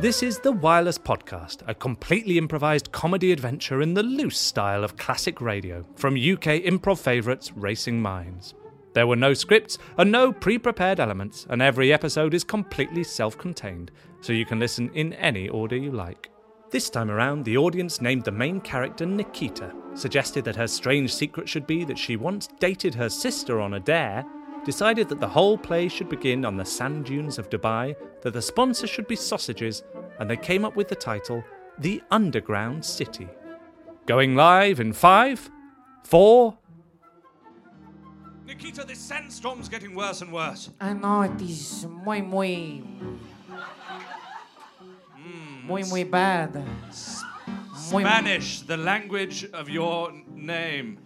This is The Wireless Podcast, a completely improvised comedy adventure in the loose style of classic radio from UK improv favourites Racing Minds. There were no scripts and no pre prepared elements, and every episode is completely self contained, so you can listen in any order you like. This time around, the audience named the main character Nikita, suggested that her strange secret should be that she once dated her sister on a dare, decided that the whole play should begin on the sand dunes of Dubai, that the sponsor should be sausages, and they came up with the title The Underground City. Going live in five, four. Nikita, this sandstorm's getting worse and worse. I know Ah, it is muy, muy. Muy, muy bad. Muy, Spanish, the language of your n- name.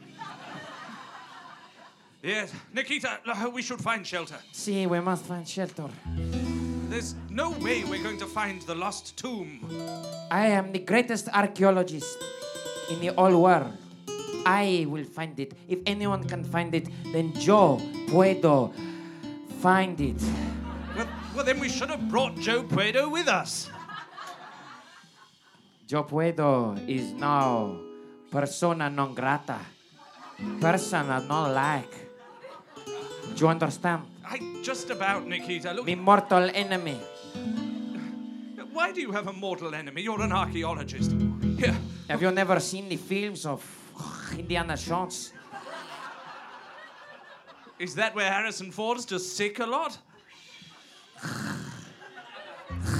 Yes, Nikita, l- we should find shelter. Sí, we must find shelter. There's no way we're going to find the lost tomb. I am the greatest archaeologist in the whole world. I will find it. If anyone can find it, then yo puedo find it. Well, well then we should have brought Joe Puedo with us. Yo puedo is now persona non grata. Persona non like. Do you understand? I just about, Nikita. Look, The mortal enemy. why do you have a mortal enemy? You're an archaeologist. Here, Have you never seen the films of Indiana Jones? is that where Harrison Ford's just sick a lot?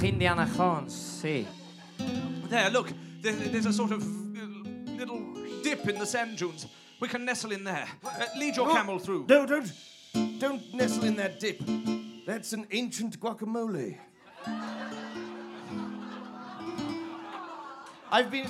Indiana Jones, see. There, look, there, there's a sort of uh, little dip in the sand dunes. We can nestle in there. Uh, lead your camel through. No, don't, don't nestle in that dip. That's an ancient guacamole. I've been,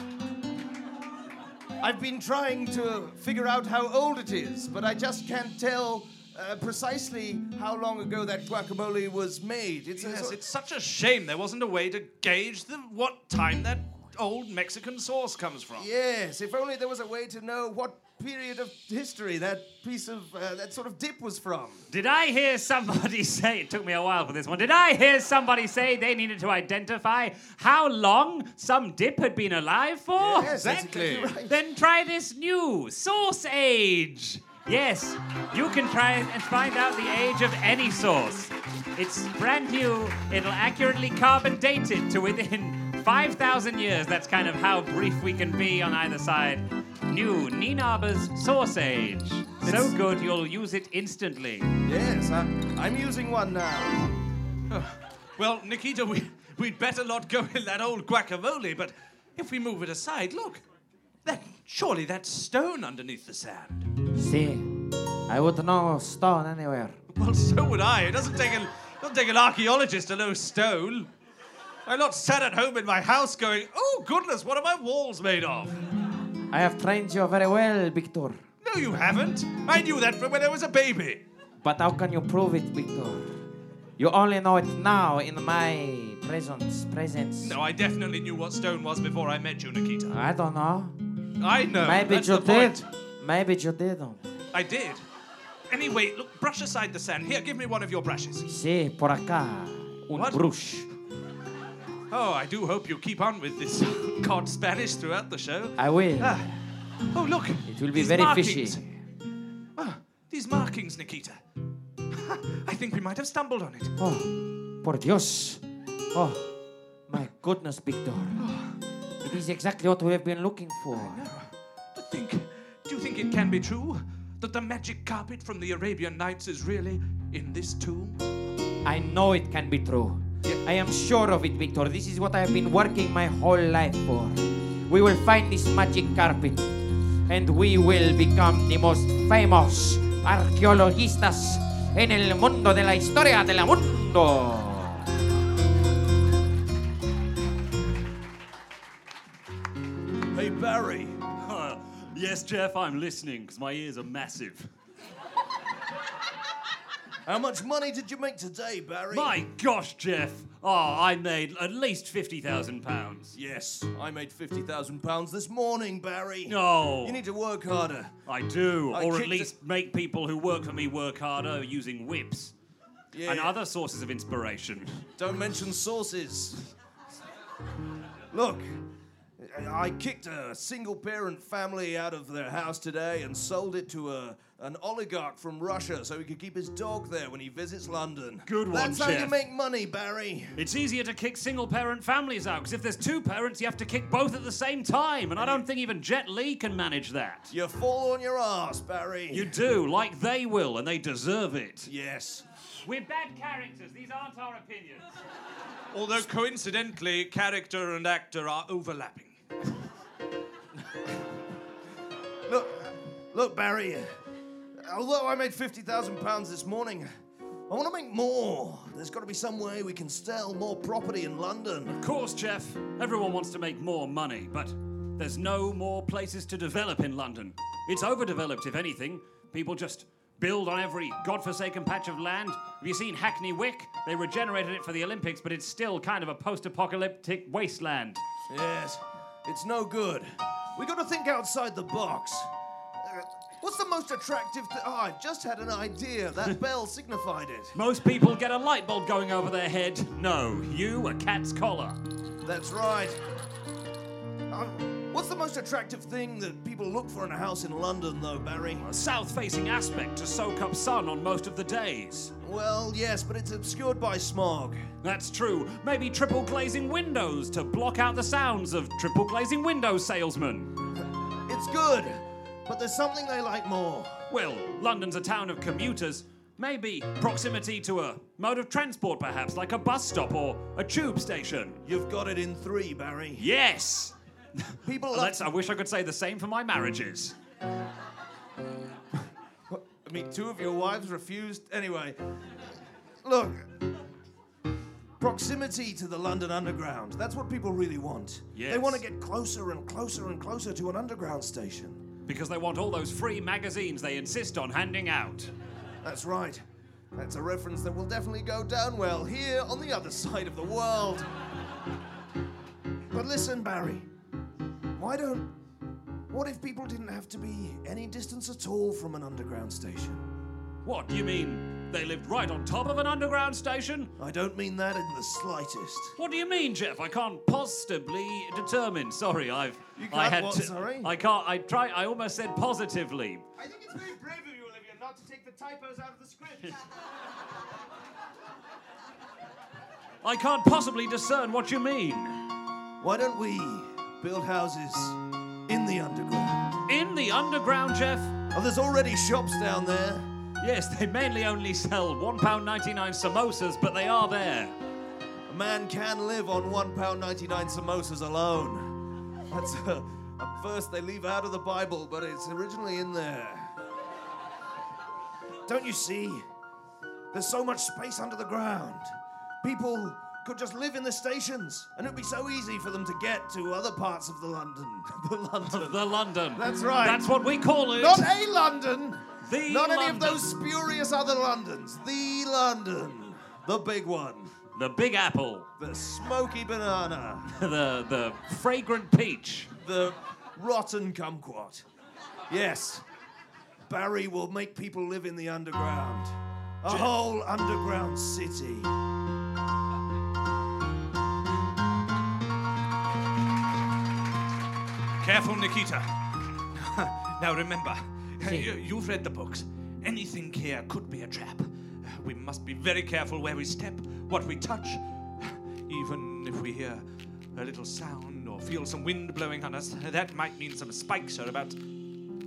I've been trying to figure out how old it is, but I just can't tell uh, precisely how long ago that guacamole was made. It's a Yes, sort- it's such a shame there wasn't a way to gauge the, what time that old Mexican sauce comes from. yes. If only there was a way to know what period of history that piece of uh, that sort of dip was from. Did I hear somebody say, it took me a while for this one, did I hear somebody say they needed to identify how long some dip had been alive for? Oh, Yes, that's exactly right. Then try this new sauce age. Yes, you can try it and find out the age of any sauce. It's brand new, it'll accurately carbon date it to within 5,000 years. That's kind of how brief we can be on either side. New Ninaba's sauce age. So It's- good, you'll use it instantly. Yes, I, I'm using one now. Well, Nikita, we, we'd better not go in that old guacamole, but if we move it aside, look. That, surely that's stone underneath the sand. See, I would know stone anywhere. Well, so would I. It doesn't take, a, doesn't take an archaeologist to know stone. I'm not sat at home in my house going, oh, goodness, what are my walls made of? I have trained you very well, Victor. No, you haven't. I knew that from when I was a baby. But how can you prove it, Victor? You only know it now in my presence. Presence. No, I definitely knew what stone was before I met you, Nikita. I don't know. I know. Maybe that's you the point. did. Maybe you didn't. I did. Anyway, look, brush aside the sand. Here, give me one of your brushes. See, por acá. Un What? brush. Oh, I do hope you keep on with this cod Spanish throughout the show. I will. Ah. Oh, look. It will be these very markings. fishy. Ah, these markings, Nikita. I think we might have stumbled on it. Oh, por Dios. Oh, my goodness, Victor. Ah. It is exactly what we have been looking for. To think, do you think it can be true that the magic carpet from the Arabian Nights is really in this tomb? I know it can be true. Yeah. I am sure of it, Victor. This is what I have been working my whole life for. We will find this magic carpet, and we will become the most famous arqueologistas en el mundo de la historia del mundo. Hey, Barry. yes, Jeff, I'm listening because my ears are massive. How much money did you make today, Barry? My gosh, Jeff. Oh, I made at least £50,000. Yes, I made fifty thousand pounds this morning, Barry. No. you need to work harder. I do. I or at kicked least make people who work for me work harder using whips Yeah, and yeah. other sources of inspiration. Don't mention sources. Look, I kicked a single parent family out of their house today and sold it to a, an oligarch from Russia so he could keep his dog there when he visits London. Good one, That's how you Chef. make money, Barry. It's easier to kick single parent families out because if there's two parents, you have to kick both at the same time, and I don't think even Jet Li can manage that. You fall on your ass, Barry. You do, like they will, and they deserve it. Yes. We're bad characters. These aren't our opinions. Although coincidentally, character and actor are overlapping. Look, look, Barry. Although I made fifty thousand pounds this morning, I want to make more. There's got to be some way we can sell more property in London. Of course, Jeff, everyone wants to make more money, but there's no more places to develop in London. It's overdeveloped, if anything. People just build on every godforsaken patch of land. Have you seen Hackney Wick? They regenerated it for the Olympics, but it's still kind of a post apocalyptic wasteland. Yes, it's no good. We got to think outside the box. Uh, What's the most attractive? Th- oh, I just had an idea. That bell signified it. Most people get a light bulb going over their head. No, you, a cat's collar. That's right. Uh, what's the most attractive thing that people look for in a house in London, though, Barry? A south facing aspect to soak up sun on most of the days. Well, yes, but it's obscured by smog. That's true. Maybe triple glazing windows to block out the sounds of triple glazing window salesmen. It's good, but there's something they like more. Well, London's a town of commuters. Maybe proximity to a mode of transport, perhaps, like a bus stop or a tube station. You've got it in three, Barry. Yes! People love. That's, I wish I could say the same for my marriages. I mean, two of your wives refused. Anyway, look. Proximity to the London Underground. That's what people really want. They Yes. want to get closer and closer and closer to an underground station. Because they want all those free magazines they insist on handing out. That's right. That's a reference that will definitely go down well here on the other side of the world. But listen, Barry. Why don't. What if people didn't have to be any distance at all from an underground station? What, you mean they lived right on top of an underground station? I don't mean that in the slightest. What do you mean, Jeff? I can't possibly determine. Sorry, I've. You I can't had what, to, sorry? I can't. I try. I almost said positively. I think it's very brave of you, Olivia, not to take the typos out of the script. I can't possibly discern what you mean. Why don't we build houses in the underground? In the underground, Jeff. Oh, there's already shops down there. Yes, they mainly only sell one pound ninety-nine samosas, but they are there. A man can live on £1.99 samosas alone. That's a, a verse they leave out of the Bible, but it's originally in there. Don't you see? There's so much space under the ground. People could just live in the stations, and it'd be so easy for them to get to other parts of the London. the London. The London. That's right. That's what we call it. Not a London! The Not any London. of those spurious other Londons. The London. The big one. The Big Apple. The smoky banana. the the fragrant peach. The rotten kumquat. Yes. Barry will make people live in the underground. A whole underground city. Oh, Careful, Nikita. now remember, you, you've read the books. Anything here could be a trap. We must be very careful where we step, what we touch. Even if we hear a little sound or feel some wind blowing on us, that might mean some spikes are about.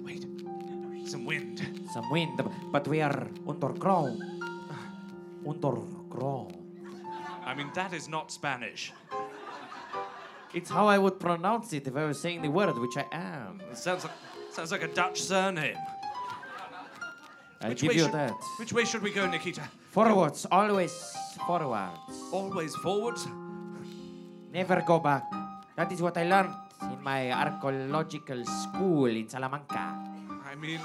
Wait, some wind. Some wind, but we are underground. Ah, Underground. I mean, that is not Spanish. It's how I would pronounce it if I was saying the word, which I am. It sounds like, sounds like a Dutch surname. I Which give way you should- that. Which way should we go, Nikita? Forwards, always forwards. Always forwards? Never go back. That is what I learned in my archaeological school in Salamanca. I mean,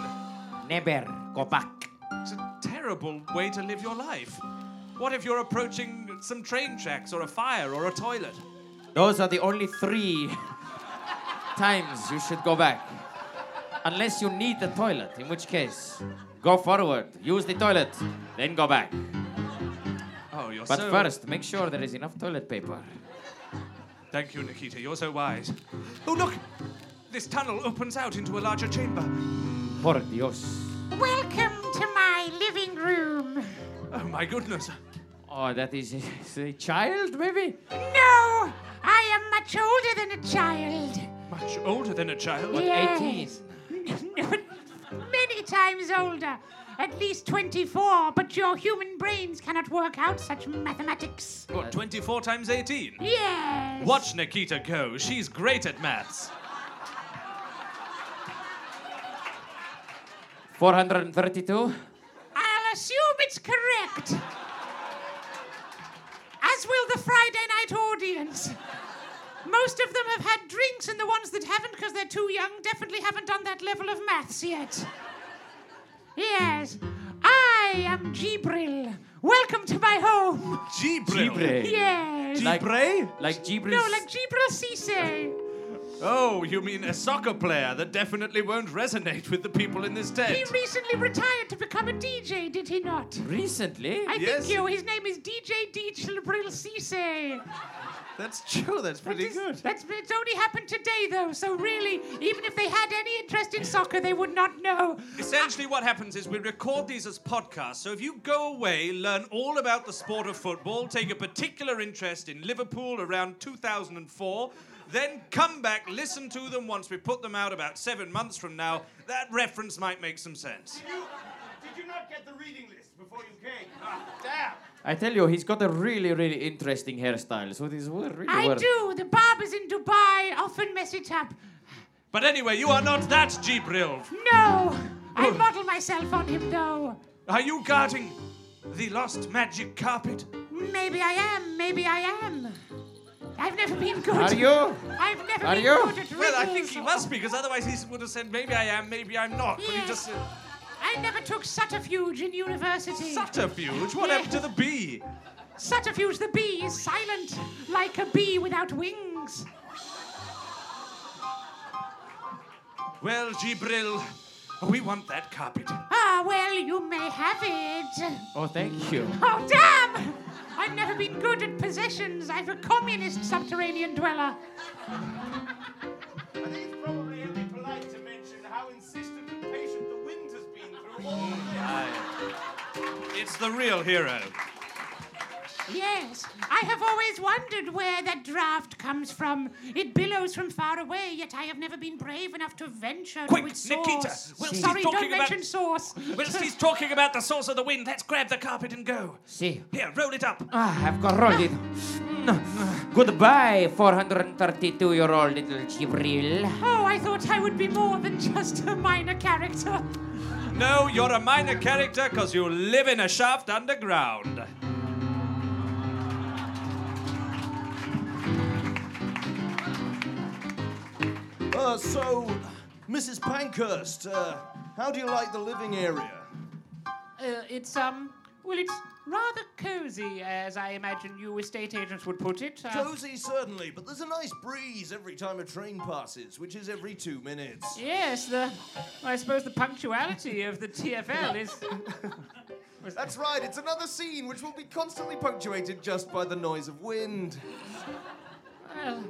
Never go back. It's a terrible way to live your life. What if you're approaching some train tracks or a fire or a toilet? Those are the only three times you should go back. Unless you need the toilet, in which case, go forward, use the toilet, then go back. Oh, you're But so. first, make sure there is enough toilet paper. Thank you, Nikita. You're so wise. Oh, look! This tunnel opens out into a larger chamber. Por Dios. Welcome to my living room. Oh, my goodness. Oh, that is is a child, maybe? No, I am much older than a child. Much older than a child. Yes. 18. Many times older. At least 24, but your human brains cannot work out such mathematics. What, 24 times 18? Yes. Watch Nikita go. She's great at maths. 432? I'll assume it's correct. As will the Friday night audience. Most of them have had drinks, and the ones that haven't because they're too young definitely haven't done that level of maths yet. Yes, I am Gibril. Welcome to my home. Gibril. Gibre. Yes. Like- Gibril? Like Gibril. no, like Gibril Cisse. Oh, you mean a soccer player that definitely won't resonate with the people in this He tent. recently retired to become a DJ, did he not? Recently? I Yes. think you. His name is DJ D. Gibril Cisse. That's true. That's That pretty is- good. That's, it's only happened today, though, so really, even if they had any interest in soccer, they would not know. Essentially, what happens is we record these as podcasts. So if you go away, learn all about the sport of football, take a particular interest in Liverpool around 2004, then come back, listen to them once we put them out about seven months from now. That reference might make some sense. Did you not get the reading list before you came? Ah, damn! I tell you, he's got a really, really interesting hairstyle. So this is wor- really I worth- do. The barbers in Dubai often mess it up. But anyway, you are not that Gibril. No! Oh. I model myself on him, though. Are you guarding the lost magic carpet? Maybe I am, maybe I am. I've never been good. Are you? I've never Are been you? good at riddles. Well, I think he or- must be, because otherwise he would have said, maybe I am, maybe I'm not. But he Yes. just said, I never took subterfuge in university. subterfuge? What happened to the bee? Subterfuge, the bee, is silent, like a bee without wings. Well, Gibril, we want that carpet. Ah, well, you may have it. Oh, thank you. Oh, damn! I've never been good at possessions. I'm a communist subterranean dweller. I think it's probably only polite to mention how insistent and patient the wind has been through all of this. It's the real hero. Yes, I have always wondered where that draft comes from. It billows from far away, yet I have never been brave enough to venture Quick, to its source. Nikita, whilst he's Sorry, talking don't about- mention source. Whilst he's talking about the source of the wind, let's grab the carpet and go. See. Here, roll it up. Ah, I've got rolled it. Mm. Goodbye, 432 year old little Gibril. Oh, I thought I would be more than just a minor character. No, Oh, you're a minor character because you live in a shaft underground. Uh, so, Mrs. Pankhurst, uh, how do you like the living area? Uh, it's, um, well, it's rather cozy, as I imagine you estate agents would put it. Uh, Cozy, certainly, but there's a nice breeze every time a train passes, which is every two minutes. Yes, the I suppose the punctuality of the TFL is That's right, it's another scene which will be constantly punctuated just by the noise of wind. well.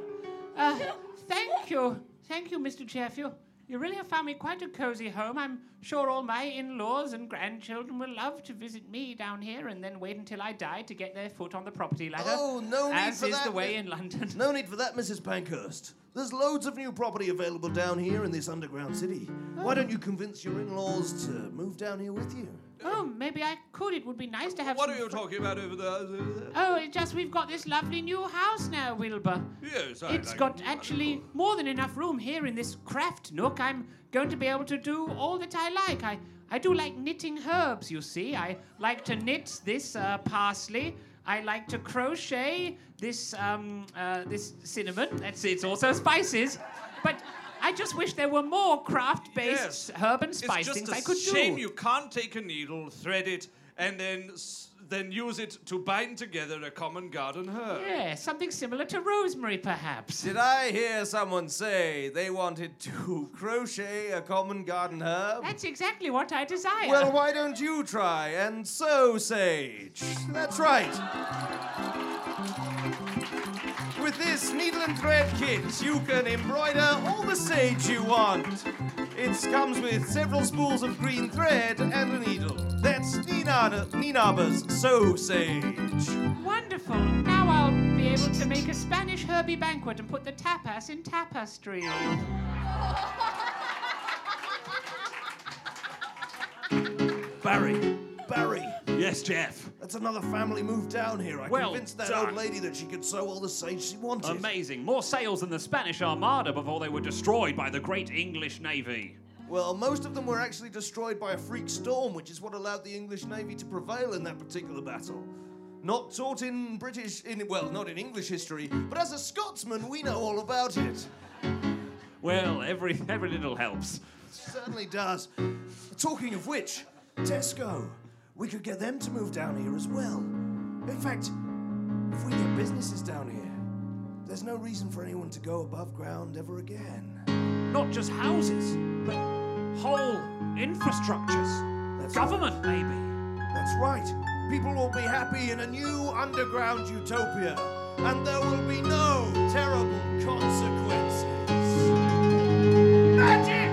Uh, thank you, thank you, Mr. Jeffy. You really have found me quite a cozy home. I'm sure all my in-laws and grandchildren will love to visit me down here, and then wait until I die to get their foot on the property ladder. Oh, no need as for is that, the way Miss- in London. No need for that, Mrs. Pankhurst. There's loads of new property available down here in this underground city. Why don't you convince your in laws to move down here with you? Oh, maybe I could. It would be nice to have. What some are you fr- talking about over there? Oh, it's just we've got this lovely new house now, Wilbur. Yes, I It's like got it. actually more than enough room here in this craft nook. I'm going to be able to do all that I like. I, I do like knitting herbs, you see. I like to knit this uh, parsley. I like to crochet this um, uh, this cinnamon. That's it's also spices, but I just wish there were more craft-based Yes. herb and It's spice just things a I could shame do. you can't take a needle, thread it, and then s- then use it to bind together a common garden herb. Yeah, something similar to rosemary, perhaps. Did I hear someone say they wanted to crochet a common garden herb? That's exactly what I desire. Well, why don't you try and so sage? That's right. With this needle and thread kits. You can embroider all the sage you want. It comes with several spools of green thread and a needle. That's Nina, Ninaba's So Sage. Wonderful. Now I'll be able to make a Spanish Herbie banquet and put the tapas in tapestry. Barry. Barry, Yes, Jeff. that's another family move down here. I Well convinced that done. old lady that she could sow all the sage she wanted. Amazing. More sails than the Spanish Armada before they were destroyed by the great English Navy. Well, most of them were actually destroyed by a freak storm, which is what allowed the English navy to prevail in that particular battle. Not taught in British, in well, not in English history, but as a Scotsman, we know all about it. Well, every every little helps. Certainly does. Talking of which, Tesco, we could get them to move down here as well. In fact, if we get businesses down here, there's no reason for anyone to go above ground ever again. Not just houses, but whole infrastructures. That's Government, maybe. That's right. People will be happy in a new underground utopia, and there will be no terrible consequences. Magic!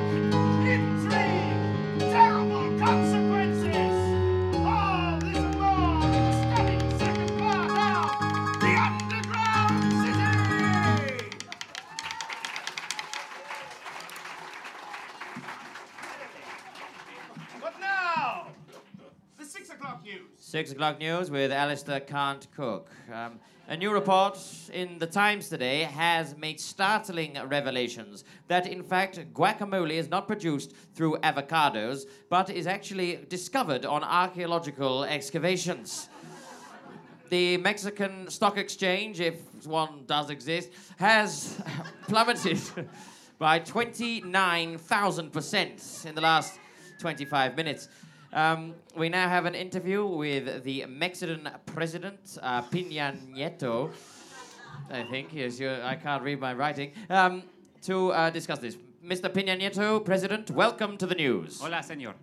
Intrigue! Terrible consequences! All this and more in the stunning second part of The Underground City! But now, the six o'clock news. Six o'clock news with Alistair Can't Cook. Um, a new report in the Times today has made startling revelations that, in fact, guacamole is not produced through avocados, but is actually discovered on archaeological excavations. The Mexican Stock Exchange, if one does exist, has plummeted by 29,000% in the last 25 minutes. Um, we now have an interview with the Mexican president, uh, Pina Nieto, I think. Yes, you, I can't read my writing. Um, to uh, discuss this. Mr. Pina Nieto, president, welcome to the news. Hola, senor.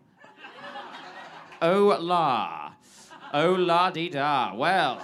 Oh la. Oh la dee da. Well.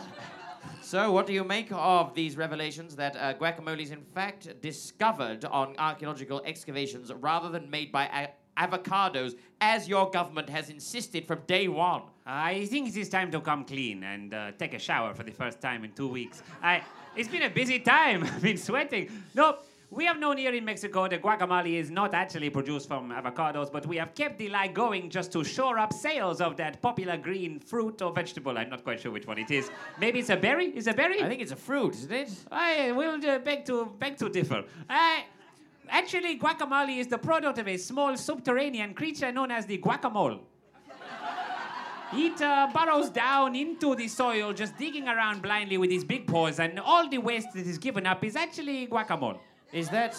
So, what do you make of these revelations that uh, guacamole is in fact discovered on archaeological excavations rather than made by a- avocados, as your government has insisted from day one? I think it is time to come clean and uh, take a shower for the first time in two weeks. I, it's been a busy time. I've been sweating. No, we have known here in Mexico that guacamole is not actually produced from avocados, but we have kept the lie going just to shore up sales of that popular green fruit or vegetable. I'm not quite sure which one it is. Maybe it's a berry? Is a berry? I think it's a fruit, isn't it? I will uh, beg to beg to differ. I, actually, guacamole is the product of a small subterranean creature known as the guacamole. It uh, burrows down into the soil, just digging around blindly with his big paws, and all the waste that is given up is actually guacamole. Is that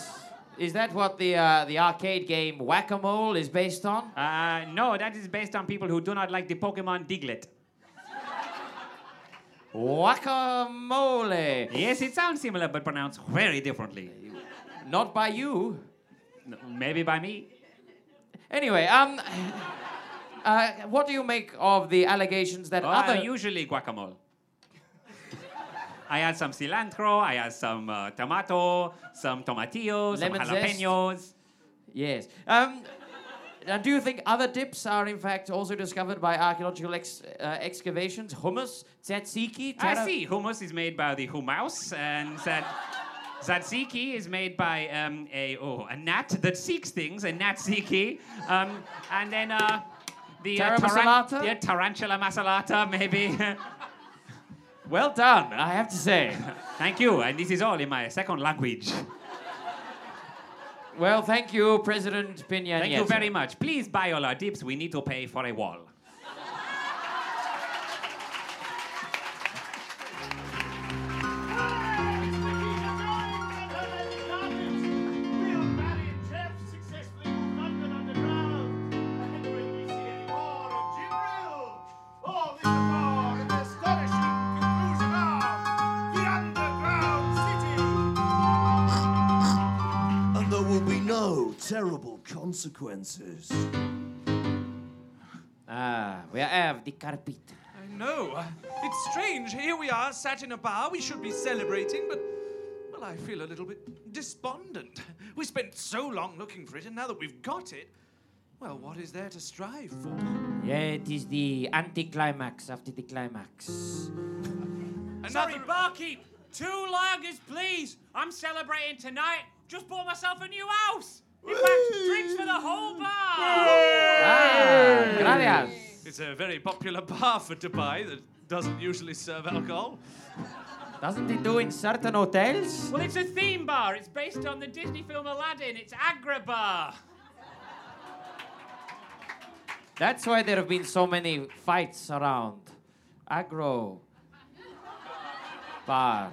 is that what the uh, the arcade game Whack a Mole is based on? Uh, no, that is based on people who do not like the Pokemon Diglett. Guacamole! Yes, it sounds similar, but pronounced very differently. Not by you. Maybe by me. Anyway, um, uh, what do you make of the allegations that Well, other usually guacamole. I add some cilantro, I add some uh, tomato, some tomatillos, Lemon some zest. jalapenos. yes? Um, now, do you think other dips are in fact also discovered by archaeological ex- uh, excavations? Hummus, tzatziki. I taro- see. Hummus is made by the humaus, and that tzatziki is made by um, a oh a gnat that seeks things, a gnat-seeky. Um, and then uh, the Taro masalata? yeah, tarantula masalata, maybe. Well done, I have to say. Thank you. And this is all in my second language. well, thank you, President Pinion. Thank you very much. Please buy all our dips. We need to pay for a wall. And there will be no terrible consequences. Ah, we have the carpet. I know. It's strange. Here we are, sat in a bar. We should be celebrating, but Well, I feel a little bit despondent. We spent so long looking for it, and now that we've got it, well, what is there to strive for? Yeah, it is the anticlimax after the climax. Sorry, barkeep. Two lagers, please. I'm celebrating tonight. Just bought myself a new house. In fact, drinks for the whole bar. Ah, gracias. It's a very popular bar for Dubai that doesn't usually serve alcohol. Doesn't it do in certain hotels? Well, it's a theme bar. It's based on the Disney film Aladdin. It's Agra Bar. That's why there have been so many fights around. Agro. Bar.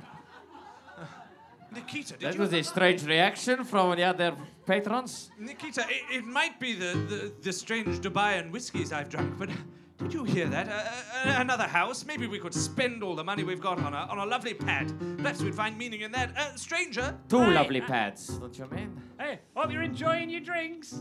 Nikita, did That you was a strange reaction from the other patrons. Nikita, it, it might be the, the, the strange Dubai and whiskies I've drunk, but uh, did you hear that? Uh, uh, another house? Maybe we could spend all the money we've got on a, on a lovely pad. Perhaps we'd find meaning in that. Uh, stranger? Two Right. lovely pads, don't you mean? Hey, hope you're enjoying your drinks.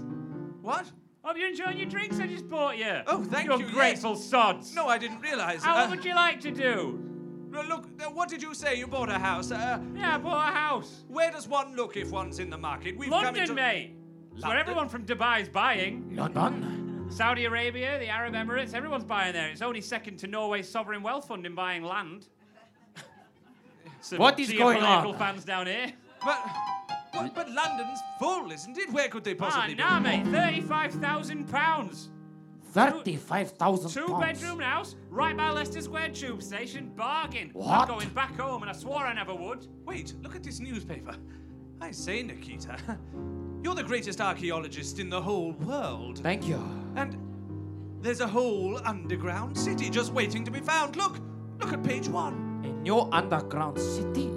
What? Hope you're enjoying your drinks I just bought you. Oh, thank you you, ungrateful sods. No, I didn't realize. How Uh, would you like to do? no, Look, uh, what did you say? You bought a house. Uh, Yeah, I bought a house. where does one look if one's in the market? We've come London, into... mate. It's where London? everyone from Dubai's buying. London? Saudi Arabia, the Arab Emirates, everyone's buying there. It's only second to Norway's sovereign wealth fund in buying land. Some What is going geopolitical on? fans down here. But, but, but London's full, isn't it? Where could they Ah, possibly nah, be? mate, thirty-five thousand pounds. 35,000 pounds. Two-bedroom house, right by Leicester Square Tube Station. Bargain. What? I'm going back home, and I swore I never would. Wait, look at this newspaper. I say, Nikita, you're the greatest archaeologist in the whole world. Thank you. And there's a whole underground city just waiting to be found. Look, look at page one. A new underground city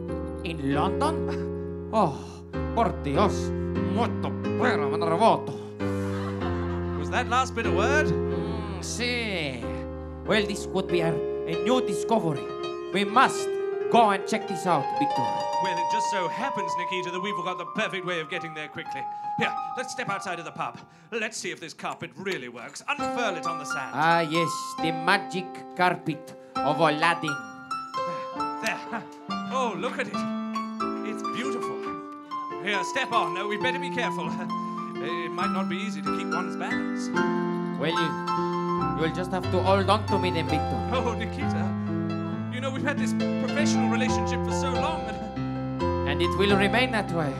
in London? Oh, por Dios. Molto pero me revolto. Was that last bit a word? Mm, see. Well, this could be a, a new discovery. We must go and check this out, Victor. Well, it just so happens, Nikita, that we've got the perfect way of getting there quickly. Here, let's step outside of the pub. Let's see if this carpet really works. Unfurl it on the sand. Ah, yes, the magic carpet of Aladdin. There. Oh, look at it. It's beautiful. Here, step on. Uh, We'd better be careful. It might not be easy to keep one's balance. Well, you, you'll just have to hold on to me then, Victor. Oh, Nikita. You know, we've had this professional relationship for so long that. And it will remain that way.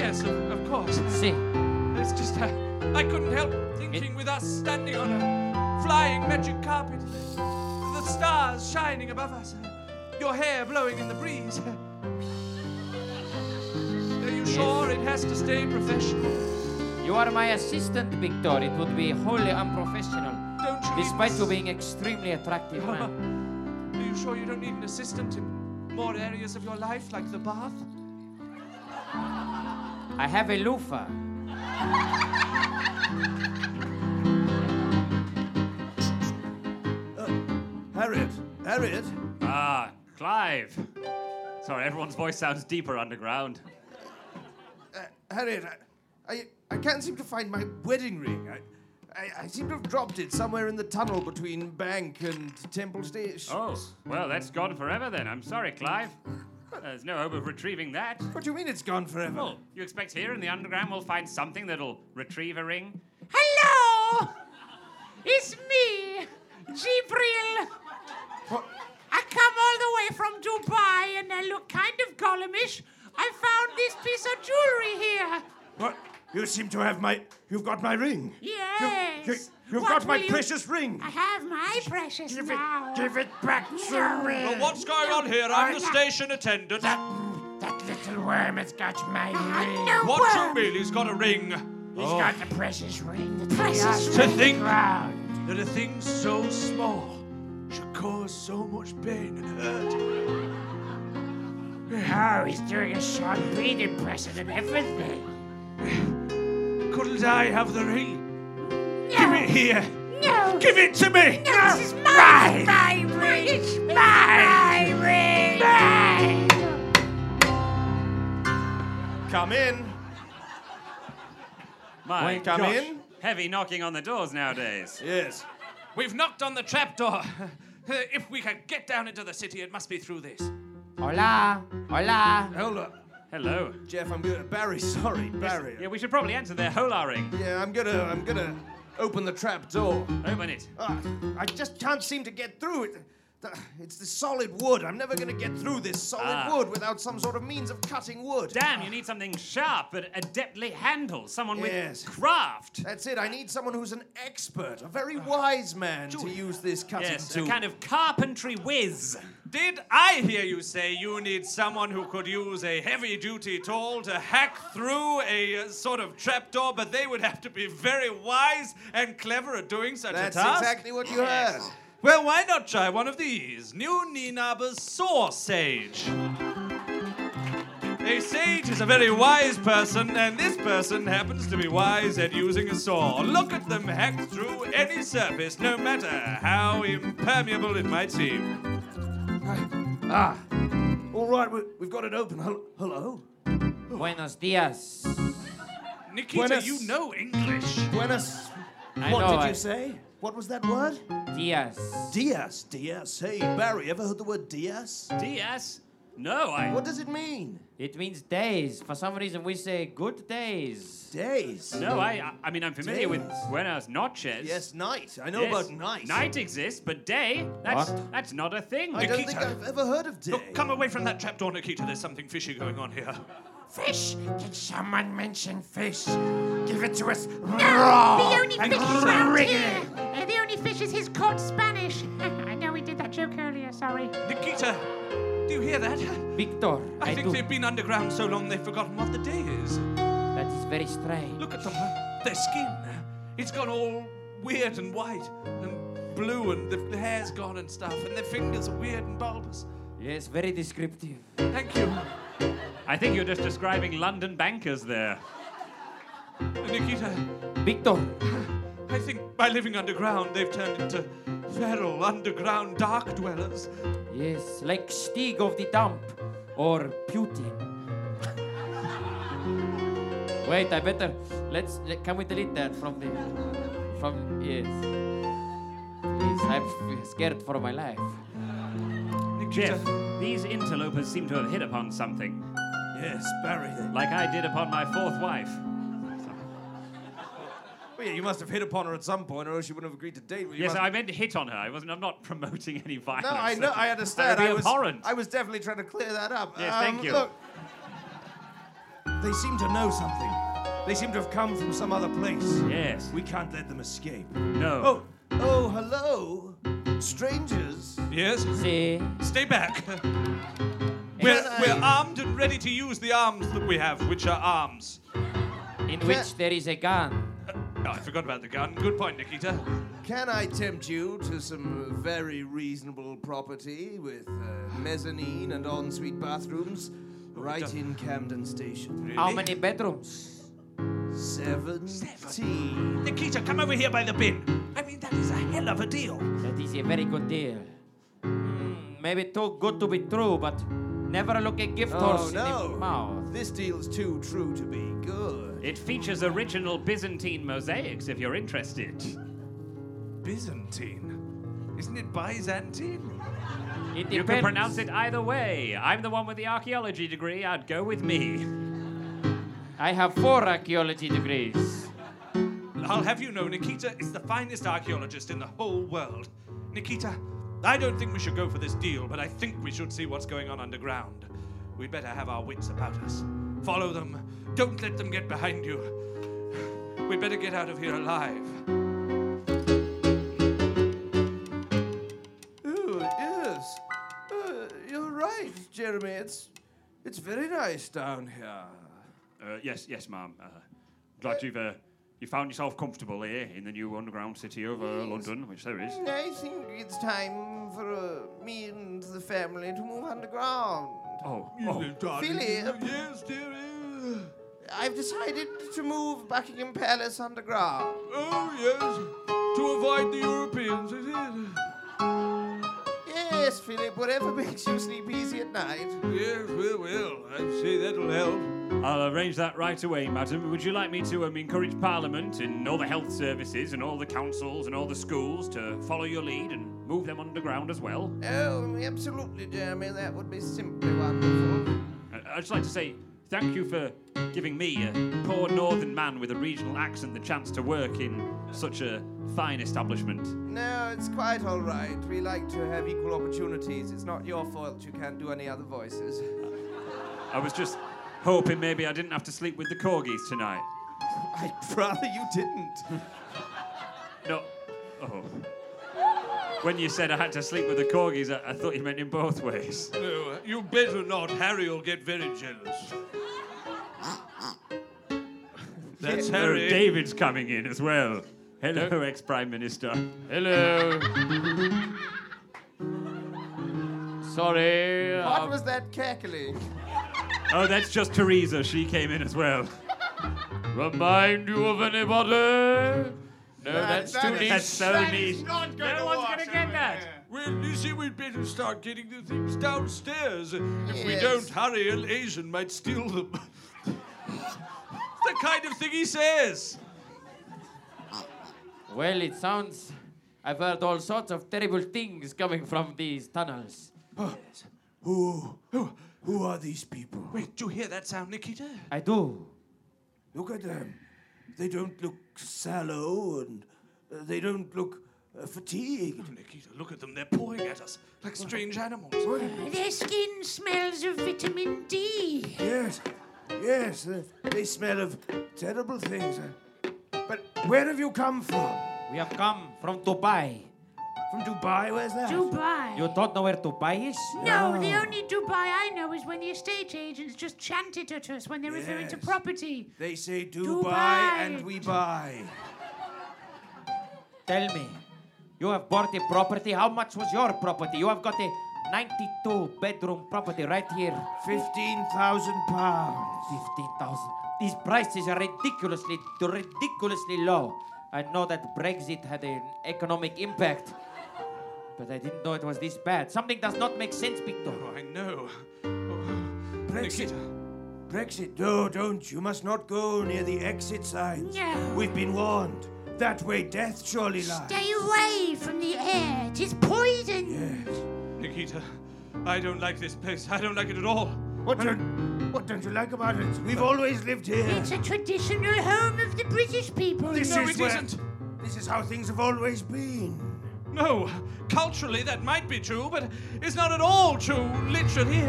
Yes, of, of course. See, It's just. Uh, I couldn't help thinking with us standing on a flying magic carpet, the stars shining above us, uh, your hair blowing in the breeze. Are you sure it has to stay professional? you are my assistant, Victor. It would be wholly unprofessional, Don't you despite need you being extremely attractive, man. Are you sure you don't need an assistant in more areas of your life, like the bath? I have a loofah. Harriet, Harriet, Ah, Clive. Sorry, everyone's voice sounds deeper underground. Harriet, I, I, I can't seem to find my wedding ring. I, I, I seem to have dropped it somewhere in the tunnel between Bank and Temple Station. Oh, well, that's gone forever then. I'm sorry, Clive. There's no hope of retrieving that. What do you mean it's gone forever? Well, you expect here in the underground we'll find something that'll retrieve a ring? Hello! It's me, Jibril. What? I come all the way from Dubai, and I look kind of columnish. I found this piece of jewelry here. What? You seem to have my. You've got my ring. Yes. You, you've What got my will you- precious ring. I have my precious Give it, now. give it back No. to me. Well, what's going on here? I'm the station attendant. That little worm has got my ring. No What do worm. you mean? He's got a ring. He's got the precious ring that Precious precious To think ground. that a thing so small should cause so much pain and hurt. Oh, he's doing a Sean impression and everything. Couldn't I have the ring? No. Give it here. No. Give it to me. This is mine. My ring. It's my ring. Mine. Come in. My Come gosh, in. heavy knocking on the doors nowadays. Yes. We've knocked on the trapdoor. Uh, if we can get down into the city, it must be through this. Hola, hola. Hold up. Hello. Jeff, I'm gonna Barry, sorry, Barry. Yeah, we should probably answer their holaring. Yeah, I'm gonna I'm gonna open the trap door. Open it. Ah, I just can't seem to get through it. Th- It's the solid wood. I'm never gonna get through this solid Ah. wood without some sort of means of cutting wood. Damn, you need something sharp but adeptly handled. Someone Yes. with craft. That's it. I need someone who's an expert, a very wise man to use this cutting Yes, a tool. kind of carpentry whiz. Did I hear you say you need someone who could use a heavy duty tool to hack through a uh, sort of trapdoor, but they would have to be very wise and clever at doing such That's a task? exactly what you heard. Well, why not try one of these? New Ninaba's Saw Sage. A sage is a very wise person, and this person happens to be wise at using a saw. Look at them hack through any surface, no matter how impermeable it might seem. Ah. All right, we, we've got it open. Hel- Hello? Buenos dias. Nikita, Buenas- you know English. Buenos. I what know, did I- you say? What was that word? Dias. Dias, Dias. Hey, Barry, ever heard the word Dias? DS? No, I. What does it mean? It means days. For some reason, we say good days. Days. No, I. I- I mean, I'm familiar with Days. Buenos Noches. Yes, night. I know Yes. about night. Night exists, but day? That's, that's not a thing. I don't Nikita. think I've ever heard of day. Look, come away from that trapdoor, Nikita. There's something fishy going on here. Fish! Did someone mention fish? Give it to us. No! The only fish is around here! Uh, the only fish is his cod Spanish. I know we did that joke earlier, sorry. Nikita, do you hear that? Victor, I, I, think do. they've been underground so long they've forgotten what the day is. That is very strange. Look at them, their skin. It's gone all weird and white and blue, and the, the hair's gone and stuff, and their fingers are weird and bulbous. Yes, very descriptive. Thank you. I think you're just describing London bankers there. Nikita, Victor, I think by living underground, they've turned into feral underground dark dwellers. yes, like Stieg of the Dump or Putin. Wait, I better. Let's. le- Can we delete that from the. From. Yes. Please, I'm f- scared for my life. Nikita. Jeff, these interlopers seem to have hit upon something, Yes, Barry. like I did upon my fourth wife. Well, yeah, you must have hit upon her at some point, or else you wouldn't have agreed to date with you. yes, must- I meant hit on her. I wasn't. I'm not promoting any violence. No, I know. I That understand. would be I was. abhorrent. I was definitely trying to clear that up. Um, Yes, thank you. Look, they seem to know something. They seem to have come from some other place. Yes. We can't let them escape. No. Oh, oh, hello, strangers. Yes? See? Stay back. We're, I- we're armed and ready to use the arms that we have, which are arms. In which there is a gun. Oh, I forgot about the gun. Good point, Nikita. Can I tempt you to some very reasonable property with uh, mezzanine and ensuite bathrooms, right in Camden Station? How many bedrooms? Seventeen. Nikita, come over here by the bin. I mean, that is a hell of a deal. That is a very good deal. Hmm, maybe too good to be true, but never look a gift Oh horse in the no! mouth. This deal's too true to be good. It features original Byzantine mosaics. If you're interested. Byzantine. Isn't it Byzantine? It You can depends. pronounce it either way. I'm the one with the archaeology degree. I'd go with me. I have four archaeology degrees. I'll have you know, Nikita is the finest archaeologist in the whole world. Nikita, I don't think we should go for this deal, but I think we should see what's going on underground. We'd better have our wits about us. Follow them. Don't let them get behind you. We'd better get out of here alive. Ooh, yes. Uh, you're right, Jeremy. It's it's very nice down here. Uh, yes, yes, ma'am. Uh, glad you've uh, you found yourself comfortable here in the new underground city of uh, London, which there is. I think it's time for uh, me and the family to move underground. Oh, oh. Philip. Yes, dearie. I've decided to move Buckingham Palace underground. Oh, yes. To avoid the Europeans, is it? Yes, Yes, Philip, whatever makes you sleep easy at night. Yes, well, well, I'd say that'll help. I'll arrange that right away, madam. Would you like me to um, encourage Parliament and all the health services and all the councils and all the schools to follow your lead and move them underground as well? Oh, absolutely, Jeremy, that would be simply wonderful. I- I'd just like to say thank you for giving me, a poor northern man with a regional accent, the chance to work in such a fine establishment. No, it's quite all right. We like to have equal opportunities. It's not your fault you can't do any other voices. I was just hoping maybe I didn't have to sleep with the corgis tonight. I'd rather you didn't. No. Oh. When you said I had to sleep with the corgis, I, I thought you meant in both ways. No, you better not. Harry will get very jealous. That's Oh, Harry. David's coming in as well. Hello, ex Prime Minister. Hello. Sorry. What um, was that cackling? Oh, that's just Teresa. She came in as well. Remind you of anybody? No, that's that too is- niche. That's so neat. Not going No to one's wash gonna get over that. there. Well, you see, we'd better start getting the things downstairs. If we Yes. don't hurry, an Asian might steal them. the kind of thing he says. Well, it sounds. I've heard all sorts of terrible things coming from these tunnels. Who, who, who are these people? Wait, do you hear that sound, Nikita? I do. Look at them. They don't look sallow and uh, they don't look uh, fatigued. Nikita, look at them. They're pawing at us like strange animals. Their skin smells of vitamin D. Yes, yes, uh, they smell of terrible things. uh, But where have you come from? We have come from Dubai. From Dubai? Where's that? Dubai. You Ah. don't know where Dubai is? no, the only Dubai I know is when the estate agents just chant it at us when they're referring to Yes. property. They say Dubai. we buy. Tell me, you have bought a property. How much was your property? You have got a 92 bedroom property right here. 15,000 pounds. 15,000. These prices are ridiculously, ridiculously low. I know that Brexit had an economic impact, but I didn't know it was this bad. Something does not make sense, Victor. I know. Brexit. Brexit. No, don't. You must not go near the exit signs. No. We've been warned. That way death surely lies. Stay away from the air. It is poison. Yes. Nikita, I don't like this place. I don't like it at all. What don't, what don't you like about it? We've always lived here. It's a traditional home of the British people. This No, is it where- isn't. This is how things have always been. No, culturally that might be true, but it's not at all true, literally.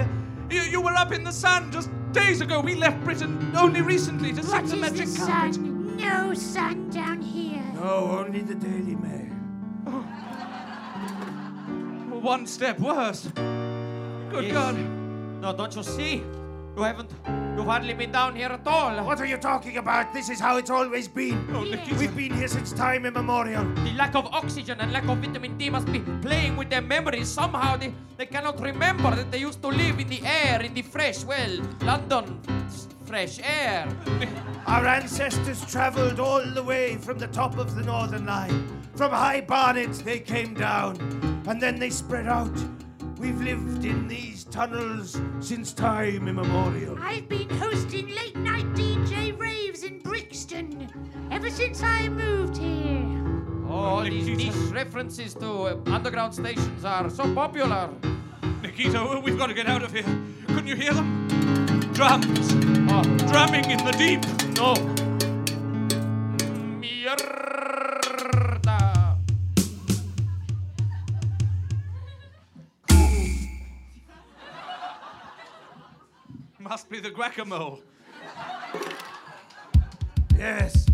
You, you were up in the sun just days ago. We left Britain only recently to What set is the magic the carpet. sun? No sun down here. Oh, only the Daily Mail. One step worse. Good Yes. God. No, don't you see? You haven't, you've hardly been down here at all. What are you talking about? This is how it's always been. We've been here since time immemorial. The lack of oxygen and lack of vitamin D must be playing with their memories. Somehow they, they cannot remember that they used to live in the air, in the fresh, well, London s- fresh air. Our ancestors travelled all the way from the top of the Northern Line. From High Barnet they came down, and then they spread out. We've lived in these tunnels since time immemorial. I've been hosting late night DJ raves in Brixton ever since I moved here. Oh, all these niche references to uh, underground stations are so popular. Nikita, we've got to get out of here. Couldn't you hear them? Drums. Ah, Drumming in the deep. No. Mierda. Must be the guacamole. Yes.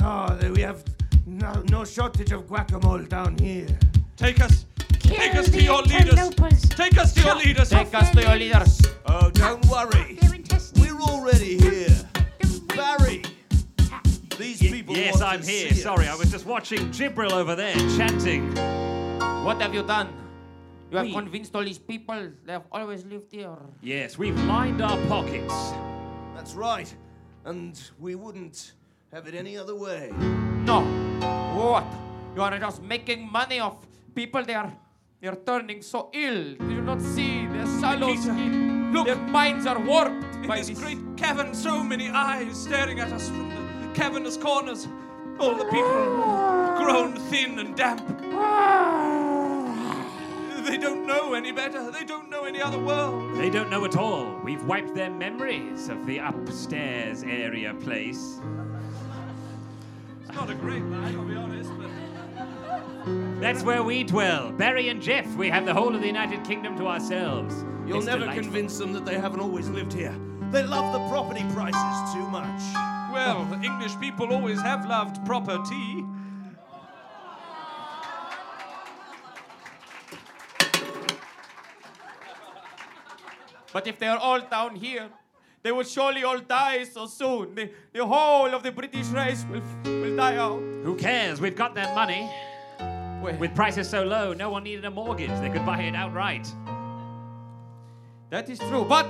Oh, we have no, no shortage of guacamole down here. Take us. Take Kill us to the your leaders. interlopers. Take us to your leaders. Take us to your leaders. Oh, don't worry. Their intestines. We're already here. The wind. Barry, these people. yes, want I'm to here. see us. Sorry, I was just watching Jibril over there chanting. What have you done? You have We- convinced all these people they have always lived here. Yes, we've lined our pockets. That's right. And we wouldn't have it any other way. No. What? You are just making money off people. They are They're turning so ill. Do you not see their sallow Nikita, skin? Look, their minds are warped In by this great cavern, so many eyes staring at us from the cavernous corners. All the people grown thin and damp. They don't know any better. They don't know any other world. They don't know at all. We've wiped their memories of the upstairs area place. It's not a great line, I'll be honest, but That's where we dwell. Barry and Jeff, we have the whole of the United Kingdom to ourselves. You'll It's never delightful. convince them that they haven't always lived here. They love the property prices too much. well, the English people always have loved proper tea. But if they are all down here, they will surely all die so soon. The, the whole of the British race will, will die out. Who cares? We've got their money. Well- With prices so low, no one needed a mortgage. They could buy it outright. That is true, but.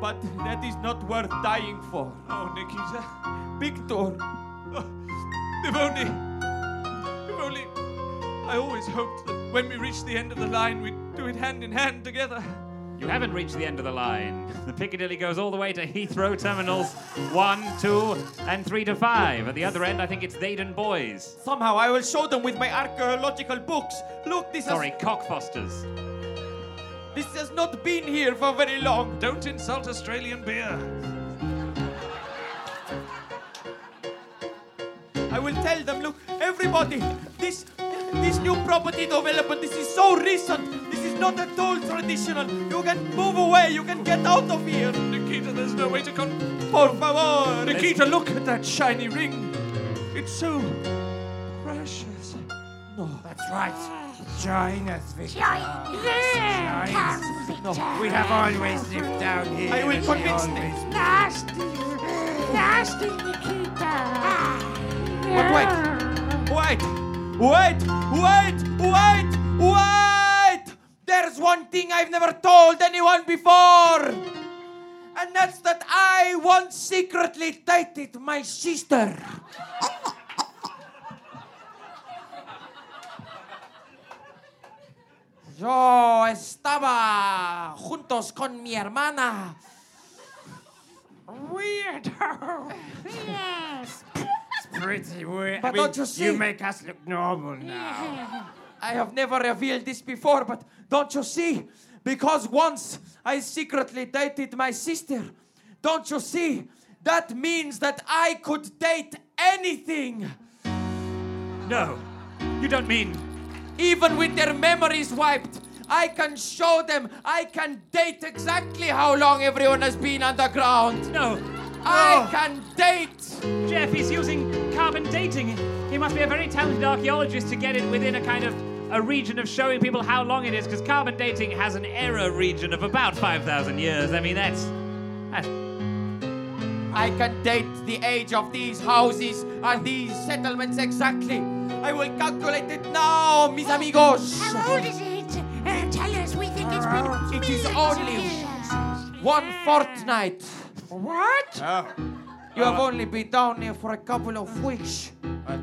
But that is not worth dying for. Oh, Nikita, Victor, if only, if only, I always hoped that when we reached the end of the line, we'd do it hand in hand together. You haven't reached the end of the line. The Piccadilly goes all the way to Heathrow terminals 1, 2, and 3 to 5. At the other end, I think it's Dayton Boys. somehow I will show them with my archaeological books. Look, this Sorry, has Cockfosters. this has not been here for very long. Don't insult Australian beer. I will tell them, look, everybody, this this new property development, this is so recent. This is not at all traditional. You can move away, you can get out of here. Nikita, there's no way to con. Por favor. Nikita, look at that shiny ring. It's so precious. That's right. Join us, Victor. There comes Victor. We have always lived down here. I will and convince always them. Nasty, nasty Nikita. But wait, wait, wait, wait, wait, wait! There's one thing I've never told anyone before! And that's that I once secretly dated my sister. Yo estaba juntos con mi hermana. Weirdo. Yes. Pretty weird. But I mean, don't you see- You make us look normal now. I have never revealed this before, but don't you see? Because once I secretly dated my sister. Don't you see? That means that I could date anything, No, you don't mean. even with their memories wiped. I can show them, I can date exactly how long everyone has been underground. No. I can date. Jeff, he's using carbon dating. He must be a very talented archaeologist to get it within a kind of a region of showing people how long it is, because carbon dating has an error region of about 5,000 years. I mean, that's. that's I can date the age of these houses and these settlements exactly. I will calculate it now, mis amigos. How old is it? Uh, tell us. We think it's been It is millions of only years. One fortnight. What? You have only been down here for a couple of weeks. I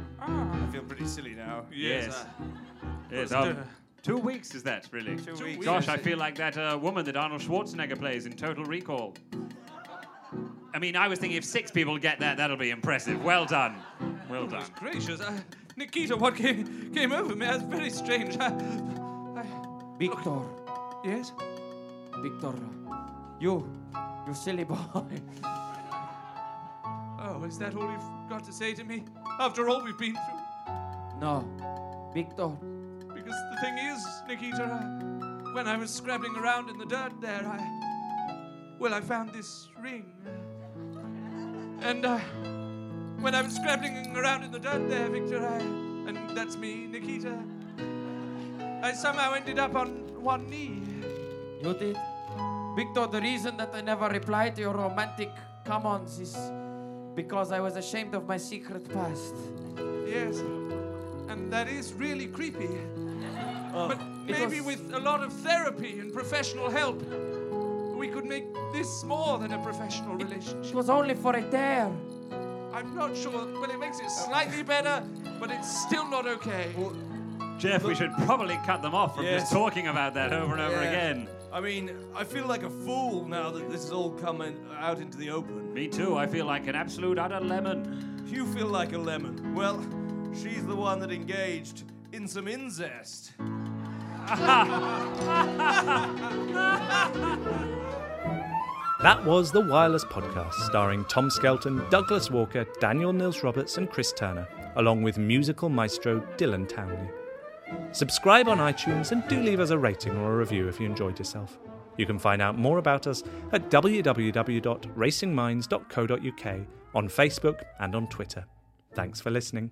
feel pretty silly now. Yes. Yes, um, two weeks is that, really? Two, weeks. Gosh, I feel like that uh, woman that Arnold Schwarzenegger plays in Total Recall. I mean, I was thinking if six people get that, that'll be impressive. Well done. Well done. Gracious, uh, Nikita, what came, came over me? That's very strange. I, I, Victor, yes? Victor, you, you silly boy. Oh, is that all you've got to say to me? After all we've been through? No, Victor, Because the thing is, Nikita, I, when I was scrabbling around in the dirt there, I. Well, I found this ring. And, uh. When I was scrabbling around in the dirt there, Victor, I. And that's me, Nikita. I somehow ended up on one knee. you did. Victor, the reason that I never replied to your romantic come-ons is because I was ashamed of my secret past. Yes. And that is really creepy. but Oh. it maybe was- with a lot of therapy and professional help, we could make this more than a professional It relationship. was only for a dare. I'm not sure, but it makes it slightly better, but it's still not okay. Jeff, we should probably cut them off from Yes. just talking about that over and over Yeah. again. I mean, I feel like a fool now that this has all come in, out into the open. Me too. I feel like an absolute utter lemon. You feel like a lemon. Well, she's the one that engaged in some incest. That was The Wireless Podcast, starring Tom Skelton, Douglas Walker, Daniel Nils Roberts, and Chris Turner, along with musical maestro Dylan Townley. Subscribe on iTunes and do leave us a rating or a review if you enjoyed yourself. You can find out more about us at www.racingminds.co.uk on Facebook and on Twitter. Thanks for listening.